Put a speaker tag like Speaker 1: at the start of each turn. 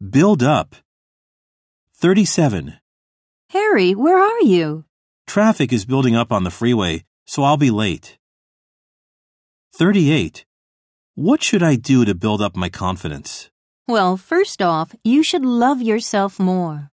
Speaker 1: Build up. 37.
Speaker 2: Harry, where are you?
Speaker 1: Traffic is building up on the freeway, so I'll be late. 38. What should I do to build up my confidence?
Speaker 2: Well, first off, you should love yourself more.